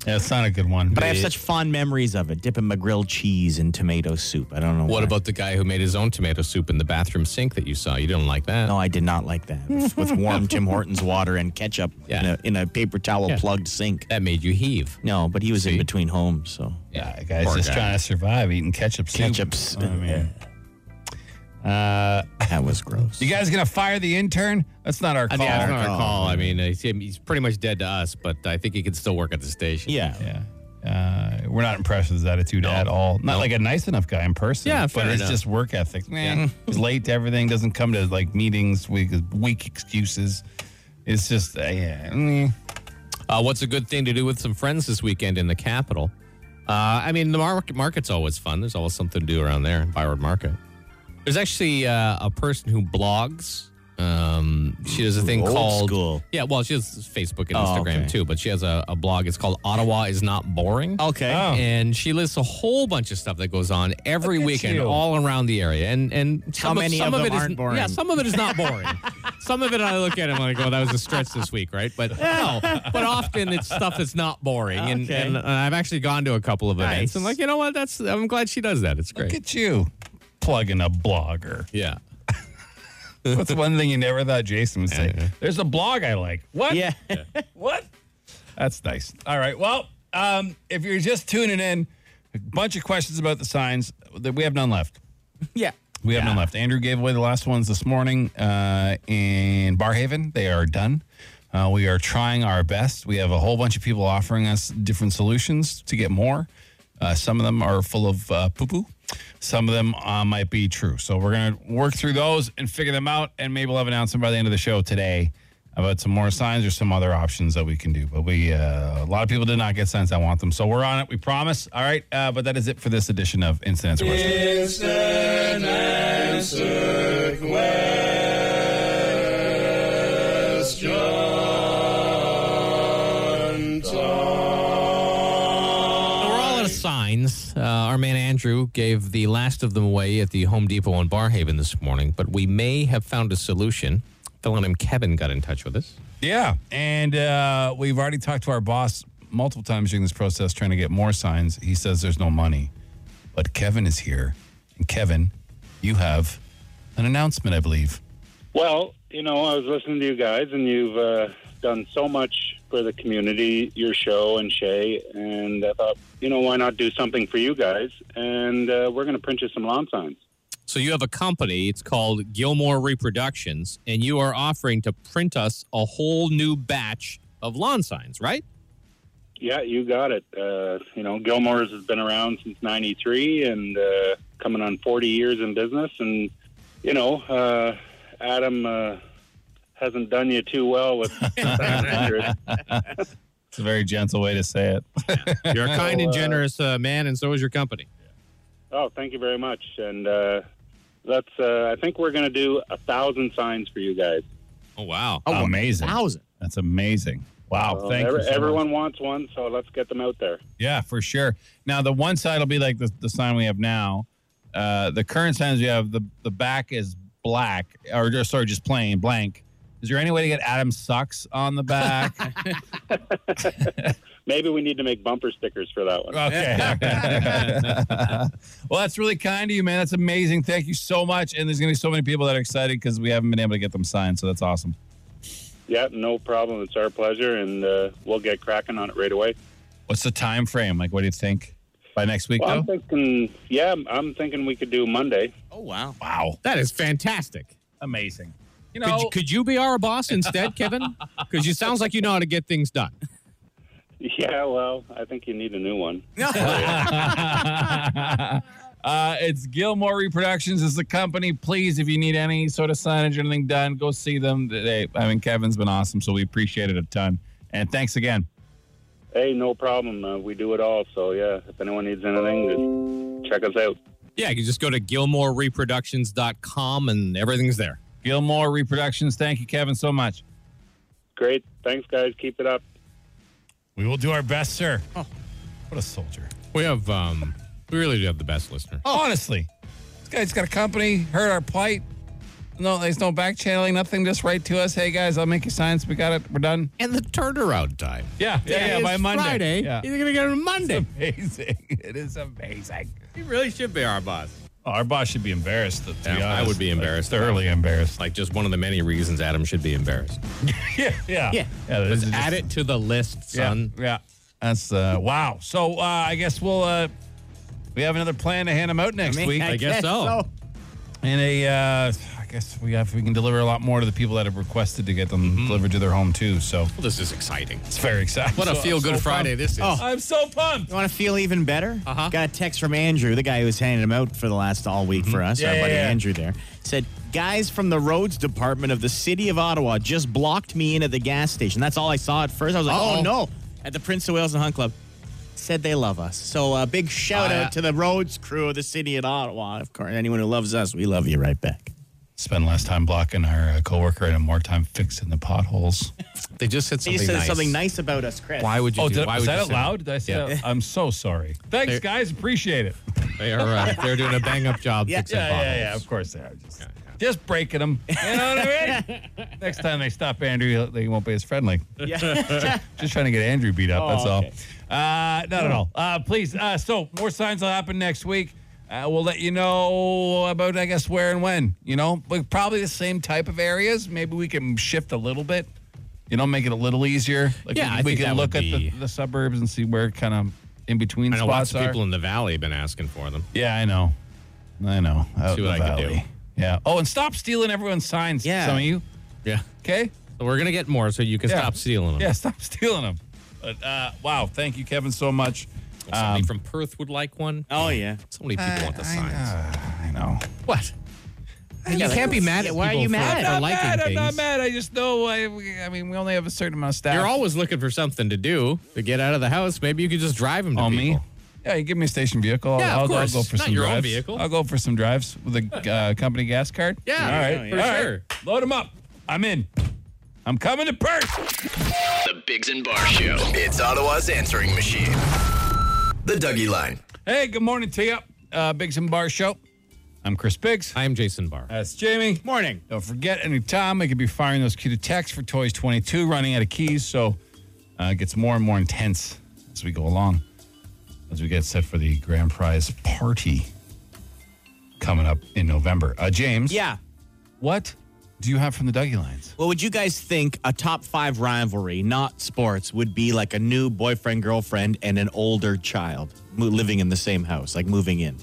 Yeah, it's not a good one. but I have such fond memories of it, dipping my grilled cheese in tomato soup. I don't know What why. about the guy who made his own tomato soup in the bathroom sink that you saw? You didn't like that? No, I did not like that. With, with warm Tim Hortons water and ketchup in, Yeah. a, in a paper towel Yeah. plugged sink. That made you heave. No, but he was in between homes, so Yeah, guys, Poor just guy. trying to survive eating ketchup soup. ketchup's. Uh, I mean, that was gross. you guys gonna fire the intern? That's not our I call. mean, I don't recall. I mean, he's, he's pretty much dead to us, but I think he can still work at the station. yeah. Yeah. Uh, we're not impressed with his attitude at all. Not like a nice enough guy in person. Yeah, but fair it's enough. just work ethic. Man, he's late to everything. Doesn't come to like meetings. Weak, weak excuses. It's just uh, yeah. mm. Uh, what's a good thing to do with some friends this weekend in the capital? Uh, I mean, the mar- market's always fun. There's always something to do around there in Byward Market. There's actually uh, a person who blogs. Um, she does a thing Old called school. Yeah, well, she has Facebook and Oh, Instagram okay. Oh, too, but she has a, a blog. It's called Ottawa is not boring. Okay. oh, And she lists a whole bunch of stuff that goes on every at weekend, you. all around the area. And and some many some of it them is- aren't boring? Yeah, some of it is not boring. some of it I look at it and I'm like, well, that was a stretch this week, right? But no, but often it's stuff that's not boring. And, Okay. and, and I've actually gone to a couple of events. Nice. I'm like, you know what? That's I'm glad she does that. It's great. Look at you plugging a blogger. yeah. That's one thing you never thought Jason would say. Yeah. There's a blog I like. What? Yeah. What? That's nice. All right. Well, um, if you're just tuning in, a bunch of questions about the signs that we have none left. Yeah. We have none left. Andrew gave away the last ones this morning uh, in Barhaven. They are done. Uh, we are trying our best. We have a whole bunch of people offering us different solutions to get more. Uh, some of them are full of uh, poo poo. Some of them uh, might be true. So we're going to work through those and figure them out. And maybe we'll have an announcement by the end of the show today about some more signs or some other options that we can do. But we, uh, a lot of people did not get signs. I want them. So we're on it. We promise. All right. Uh, but that is it for this edition of Incidents or Questions. So we're all out of signs. Uh, our man Andrew gave the last of them away at the Home Depot in Barhaven this morning, but we may have found a solution. Fellow named Kevin got in touch with us. Yeah, and uh, we've already talked to our boss multiple times during this process, trying to get more signs. He says there's no money, but Kevin is here, and Kevin, you have an announcement, I believe. Well, you know, I was listening to you guys, and you've uh, done so much for the community, your show, and Shay. And I thought, you know, why not do something for you guys? And uh, we're going to print you some lawn signs. So you have a company. It's called Gilmore Reproductions, and you are offering to print us a whole new batch of lawn signs, right? Yeah, you got it. Uh, you know, Gilmore's has been around since '93 and uh, coming on 40 years in business. And you know, uh, Adam uh, hasn't done you too well with. It's a very gentle way to say it. You're a kind and generous uh, man, and so is your company. Oh, thank you very much. And uh, let's. Uh, I think we're going to do a thousand signs for you guys. Oh wow! amazing. Thousand. That's amazing. Wow, So thank every- you. so everyone much. wants one, so let's get them out there. Yeah, for sure. Now the one side will be like the, the sign we have now. Uh, the current signs we have, the the back is black, or just sorry, just plain blank. Is there any way to get Adam sucks on the back? Maybe we need to make bumper stickers for that one. Okay. well, that's really kind of you, man. That's amazing. Thank you so much. And there's going to be so many people that are excited because we haven't been able to get them signed. So that's awesome. yeah, no problem. It's our pleasure, and uh, we'll get cracking on it right away. What's the time frame? Like, what do you think? By next week, Well, I'm though? thinking, yeah, I'm- I'm thinking we could do Monday. Oh, wow. Wow. That is fantastic. Amazing. You know, could, could you be our boss instead, Kevin? Because you sounds like you know how to get things done. Yeah, well, I think you need a new one. Uh, it's Gilmore Reproductions is the company. Please, if you need any sort of signage or anything done, go see them. They, I mean, Kevin's been awesome, so we appreciate it a ton. And thanks again. Hey, no problem. Uh, we do it all. So, yeah, if anyone needs anything, just check us out. Yeah, you just go to gilmorereproductions.com and everything's there. Gilmore Reproductions. Thank you, Kevin, so much. Great. Thanks, guys. Keep it up. We will do our best, sir. Oh, what a soldier. We have, um, we really do have the best listener. Honestly, this guy's got a company, heard our plight. No, there's no back channeling, nothing. Just write to us. Hey, guys, I'll make you signs. We got it. We're done. And the turnaround time. Yeah, yeah, yeah. Today by is Monday. Friday. Yeah. You're going to get it on Monday. amazing. It is amazing. He really should be our boss. Our boss should be embarrassed. To Yeah, I would be embarrassed. thoroughly embarrassed. Like just one of the many reasons Adam should be embarrassed. yeah, yeah, Yeah. this Let's is add just- it to the list, Yeah, son. Yeah, that's uh, wow. So uh, I guess we'll uh, we have another plan to hand them out next I mean, week. I I guess guess so. so. And a, uh, I guess we have we can deliver a lot more to the people that have requested to get them delivered to their home too. So Well, this is exciting. it's very exciting. What a So- feel good so Friday pumped. this is. Oh, I'm so pumped. You want to feel even better? Uh-huh. Got a text from Andrew, the guy who was handing them out for the last all week for us, Yeah, our yeah, buddy yeah. Andrew there. Said, guys from the roads department of the city of Ottawa just blocked me in at the gas station. That's all I saw at first. I was like, oh Uh-oh. no, at the Prince of Wales and Hunt Club. Said they love us. So uh, big shout Uh, out to the roads crew of the city of Ottawa. Of course, anyone who loves us, we love you right back. Spend less time blocking our uh, coworker and more time fixing the potholes. They just said He something said nice. something nice about us, Chris. Why would you oh, do did, why was would that you out say loud? Did I say Yeah. that? I'm so sorry. Thanks, There- guys. Appreciate it. They are uh, they're doing a bang up job Yeah. fixing yeah, yeah, yeah, potholes. of course they are. Just, just breaking them. You know what I mean? Next time they stop Andrew, he'll- they won't be as friendly. Yeah. Just trying to get Andrew beat up. Oh, that's all. okay. Uh, not at all. Uh, please. Uh, so more signs will happen next week. Uh, we'll let you know about, I guess, where and when. You know, but probably the same type of areas. Maybe we can shift a little bit. You know, make it a little easier. Like Yeah, we, I we think can that look would at be- the, the suburbs and see where kind of in between I know spots lots of are. people in the valley have been asking for them. Yeah, I know. I know. Out See in what the I can do. valley. Yeah. Oh, and stop stealing everyone's signs. Yeah. Some of you. Yeah. Okay. So we're gonna get more so you can Yeah. stop stealing them. Yeah. Stop stealing them. But uh, wow, thank you, Kevin, so much. Um, Somebody from Perth would like one. oh, yeah. So many people want the signs. I know. What? You like- can't be mad at Why are people you for- mad? for I'm not liking mad. I'm things. not mad. I just know. I, we- I mean, we only have a certain amount of staff. You're always looking for something to do to get out of the house. Maybe you could just drive them to on people. Oh, me. Yeah, you give me a station vehicle. I'll, Yeah, of I'll, course. I'll go for Not some your own drives. vehicle. I'll go for some drives with a uh, company gas card. Yeah, All right. for All right. sure. Load them up. I'm in. I'm coming to Perth. The Bigs and Bar Show. It's Ottawa's answering machine. The Dougie Line. Hey, good morning to you. Uh, Biggs and Bar Show. I'm Chris Biggs. I am Jason Barr. That's Jamie. Morning. Don't forget, anytime I could be firing those cue to text for Toys 22, running out of keys. So uh, it gets more and more intense as we go along, as we get set for the grand prize party coming up in November. Uh, James, Yeah. what do you have from the Dougie Lines? What would you guys think a top five rivalry, not sports, would be like a new boyfriend, girlfriend, and an older child mo- living in the same house, like moving in?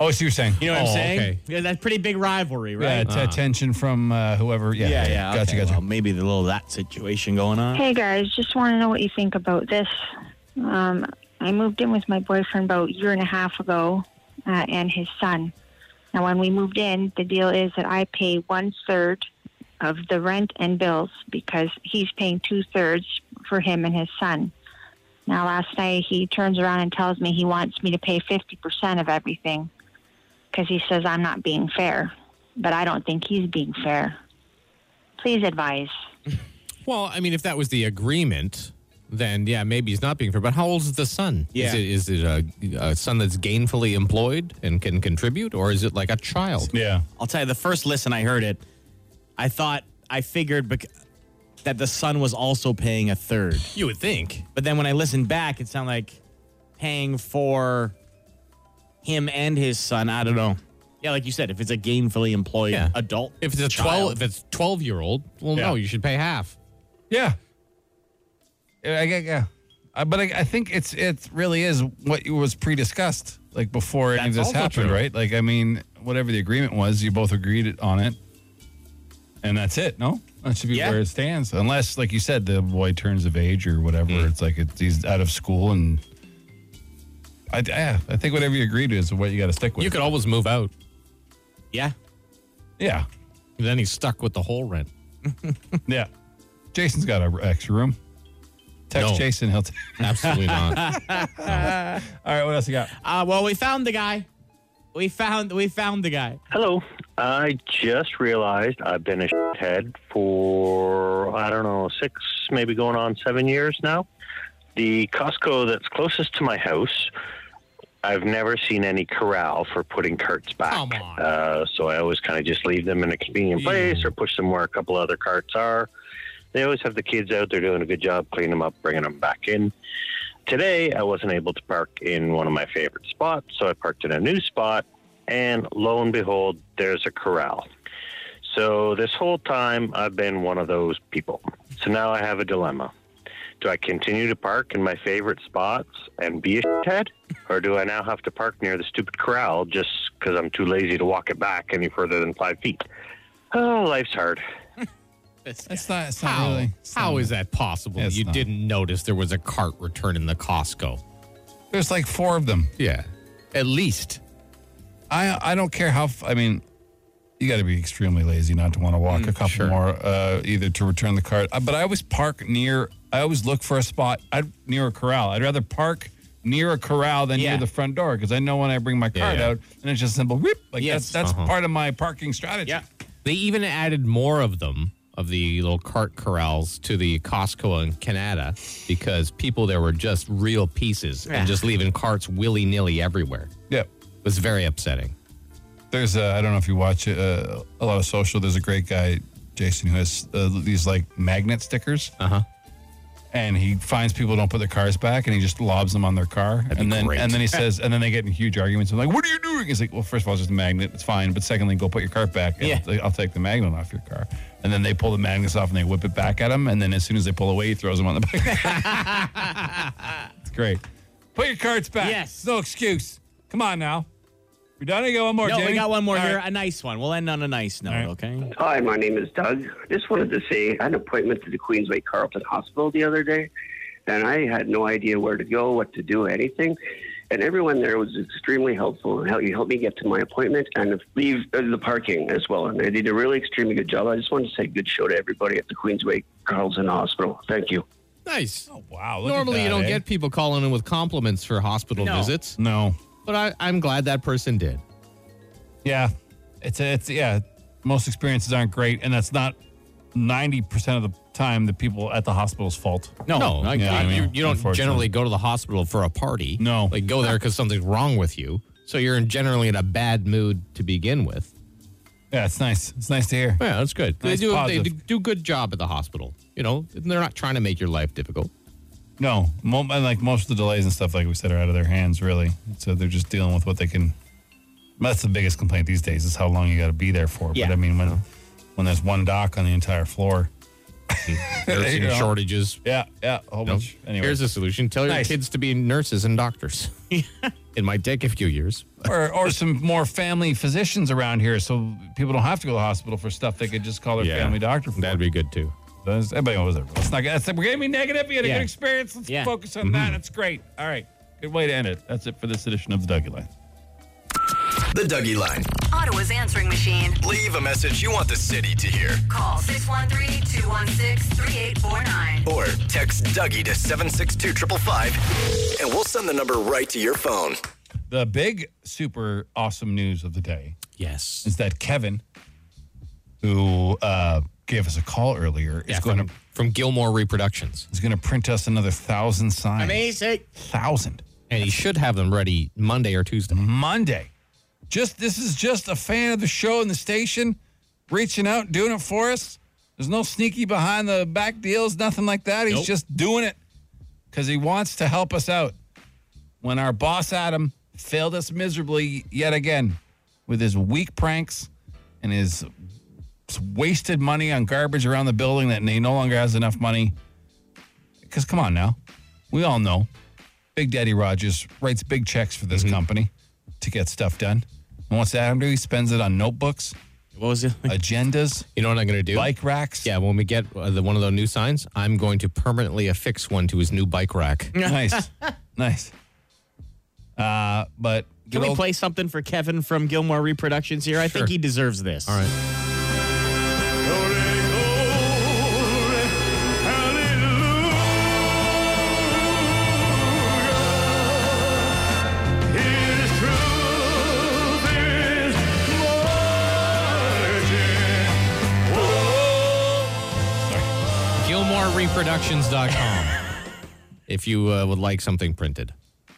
Oh, I see what you're saying. You know what Oh, I'm saying? okay. Yeah, that's pretty big rivalry, Yeah, right? Uh-huh. t- attention from uh, whoever. Yeah, yeah, yeah. Gotcha, okay, gotcha. Well, maybe the little that situation going on. Hey guys, just want to know what you think about this. Um, I moved in with my boyfriend about a year and a half ago, uh, and his son. Now, when we moved in, the deal is that I pay one third of the rent and bills because he's paying two thirds for him and his son. Now, last night he turns around and tells me he wants me to pay fifty percent of everything because he says I'm not being fair, but I don't think he's being fair. Please advise. Well, I mean, if that was the agreement, then yeah, maybe he's not being fair. But how old is the son? Is Yeah. it, is it a, a son that's gainfully employed and can contribute, or is it like a child? yeah. I'll tell you, the first listen I heard it, I thought, I figured, bec- that the son was also paying a third. You would think. But then when I listened back, it sounded like paying for him and his son. I don't know. Yeah, like you said, if it's a gainfully employed adult, If it's a twelve, if it's twelve year old, well, no, you should pay half. Yeah. Yeah, I get- yeah. Uh, but I, I think it's it really is what you- was pre-discussed like before any of That's this also happened, true. right? Like I mean, whatever the agreement was, you both agreed on it, and that's it. No, that should be where it stands, unless, like you said, the boy turns of age or whatever. Mm. It's like it's, he's out of school, and I yeah, I think whatever you agree to is what you got to stick with. You could always move out. Yeah. Yeah. Then he's stuck with the whole rent. yeah, Jason's got an extra room. Text No. Jason, he'll t- Absolutely not. All right, what else you got? Uh, well, we found the guy. We found we found the guy. Hello. I just realized I've been a shithead for, I don't know, six, maybe going on seven years now. The Costco that's closest to my house, I've never seen any corral for putting carts back. Come Uh, so I always kind of just leave them in a convenient place or push them where a couple other carts are. They always have the kids out there doing a good job cleaning them up, bringing them back in. Today, I wasn't able to park in one of my favorite spots, so I parked in a new spot, and lo and behold, there's a corral. So this whole time, I've been one of those people. So now I have a dilemma. Do I continue to park in my favorite spots and be a shithead, or do I now have to park near the stupid corral just because I'm too lazy to walk it back any further than five feet? Oh, life's hard. It's not. It's how, how is that possible? you didn't notice there was a cart return in the Costco. There's like four of them. Yeah, at least. I I don't care how. f- I mean, you got to be extremely lazy not to want to walk Mm, a couple more, uh, either to return the cart. Uh, But I always park near. I always look for a spot I'd, near a corral. I'd rather park near a corral than Yeah. near the front door because I know when I bring my Yeah, cart yeah. out and it's just simple whip. Like Yes. that's that's Uh-huh. part of my parking strategy. Yeah. They even added more of them of the little cart corrals to the Costco in Canada because people there were just real pieces Yeah. and just leaving carts willy nilly everywhere. Yep. It was very upsetting. There's I I don't know if you watch uh, a lot of social. There's a great guy, Jason, who has uh, these like magnet stickers. Uh huh. And he finds people don't put their cars back, and he just lobs them on their car, and then great. and then he says, and then they get in huge arguments. I'm like, "What are you doing?" He's like, "Well, first of all, it's just a magnet. It's fine, but secondly, go put your cart back. and I'll, I'll take the magnet off your car." And then they pull the magnets off and they whip it back at him, and then as soon as they pull away, he throws them on the back. it's great. Put your carts back. Yes. No excuse. Come on now. You're done. You got one more. no, we Jamie? got one more All here. right. A nice one. We'll end on a nice note, okay? Hi, my name is Doug. Just wanted to say I had an appointment to the Queensway Carlton Hospital the other day, and I had no idea where to go, what to do, anything. And everyone there was extremely helpful and helped, helped me get to my appointment and leave uh, the parking as well. And they did a really extremely good job. I just wanted to say good show to everybody at the Queensway Carlton Hospital. Thank you. Nice. Oh wow. look at Normally that, you don't eh? get people calling in with compliments for hospital No. visits. No. But I, I'm glad that person did. Yeah. It's a, it's yeah. Most experiences aren't great, and that's not ninety percent of the time the people at the hospital's fault. no, I- Yeah, I you, mean, you don't unfortunately. generally go to the hospital for a party. No, like go there because something's wrong with you. So you're in generally in a bad mood to begin with. Yeah, it's nice. It's nice to hear. Yeah, that's good. Nice they do they positive. do- do good job at the hospital. You know, they're not trying to make your life difficult. No, mo- and like most of the delays and stuff, like we said, are out of their hands really. So they're just dealing with what they can. That's the biggest complaint these days is how long you got to be there for. Yeah. Uh-huh. But I mean, when when there's one dock on the entire floor, Nursing You know? shortages. Yeah, yeah, a whole You know, bunch. Anyway. Here's the solution: tell Nice. your kids to be nurses and doctors. it might take a few years. or or some more family physicians around here, so people don't have to go to the hospital for stuff. They could just call their Yeah. family doctor. For. That'd be good too. That's, everybody knows it. Let's not get. That's, we're gonna be negative. We had a Yeah. Mm-hmm. good experience. Let's Yeah. focus on that. That's great. All right. Good way to end it. That's it for this edition of the Dougie Line. The Dougie Line. Ottawa's answering machine. Leave a message you want the city to hear. Call 613-216-3849. Or text Dougie to 762 555 and we'll send the number right to your phone. The big super awesome news of the day. Yes. Is that Kevin, who uh, gave us a call earlier, is going to from Gilmore Reproductions. He's going to print us another thousand signs. Amazing. Thousand. And he should have them ready Monday or Tuesday. Mm-hmm. Monday. Just this is just a fan of the show and the station reaching out, doing it for us. There's no sneaky behind the back deals, nothing like that. He's just doing it because he wants to help us out. When our boss Adam failed us miserably yet again with his weak pranks and his wasted money on garbage around the building that he no longer has enough money. Because come on now, we all know Big Daddy Rogers writes big checks for this company to get stuff done. And what's Adam do? He spends it on notebooks. What was it? Agendas. You know what I'm going to do? Bike racks. Yeah, when we get uh, the, one of those new signs, I'm going to permanently affix one to his new bike rack. nice, nice. Uh, but Can we play something for Kevin from Gilmore Reproductions here? I think he deserves this. All right. GilmoreReproductions.com if you uh, would like something printed.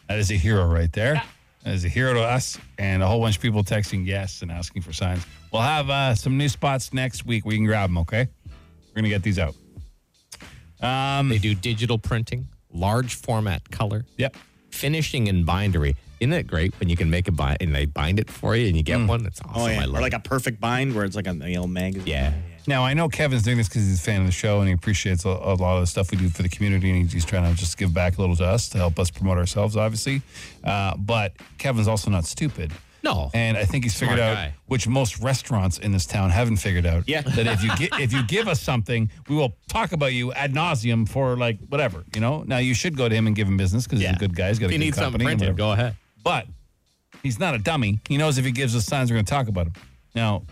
That is a hero right there. That is a hero to us and a whole bunch of people texting yes and asking for signs. We'll have uh, some new spots next week. We can grab them, okay? We're going to get these out. Um, they do digital printing, large format color. Yep. Finishing and bindery. Isn't it great when you can make a bind and they bind it for you and you get one? That's awesome. Oh, yeah. I or love like a perfect bind where it's like an old magazine. Yeah. Now, I know Kevin's doing this because he's a fan of the show and he appreciates a, a lot of the stuff we do for the community and he's, he's trying to just give back a little to us to help us promote ourselves, obviously. Uh, but Kevin's also not stupid. No. And I think he's Smart figured out guy. which most restaurants in this town haven't figured out. Yeah. That if you get if you give us something, we will talk about you ad nauseum for like whatever, you know? Now you should go to him and give him business because he's a good guy. He's got If a you good need something company. and printed, whatever. go ahead. But he's not a dummy. He knows if he gives us signs, we're going to talk about him. Now,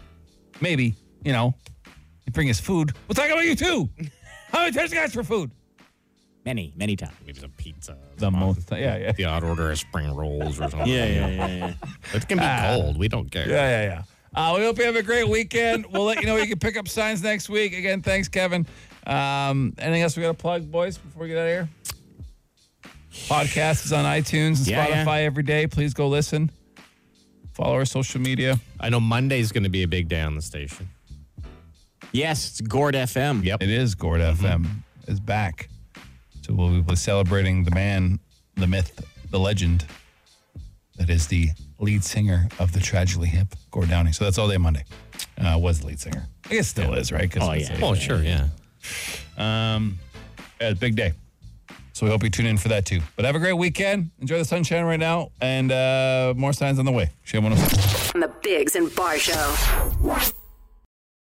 maybe, you know, you bring his food. We'll talk about you too. How many times you asked for food? Many, many times. Maybe some pizza. The most. Yeah, yeah. The odd order of spring rolls or something. Yeah, Ah. yeah, yeah, It can be cold. We don't care. Yeah, yeah, yeah. Uh, we hope you have a great weekend. We'll let you know you can pick up signs next week. Again, thanks, Kevin. Um, anything else we got to plug, boys, before we get out of here? Podcast is on iTunes and Yeah, yeah. Spotify every day. Please go listen. Follow our social media. I know Monday's going to be a big day on the station. Yes, it's Gord FM. Yep. It is Gord Mm-hmm. FM is back. So we'll be celebrating the man, the myth, the legend that is the lead singer of the Tragically Hip, Gord Downing. So that's all day Monday. Uh, was the lead singer. I guess still is, right? 'Cause Oh, it's yeah. a- Oh, sure, yeah. Um, yeah, it's a big day. So we hope you tune in for that too. But have a great weekend. Enjoy the sunshine right now, and uh, more signs on the way. Shea 106. On the Bigs and Bar Show.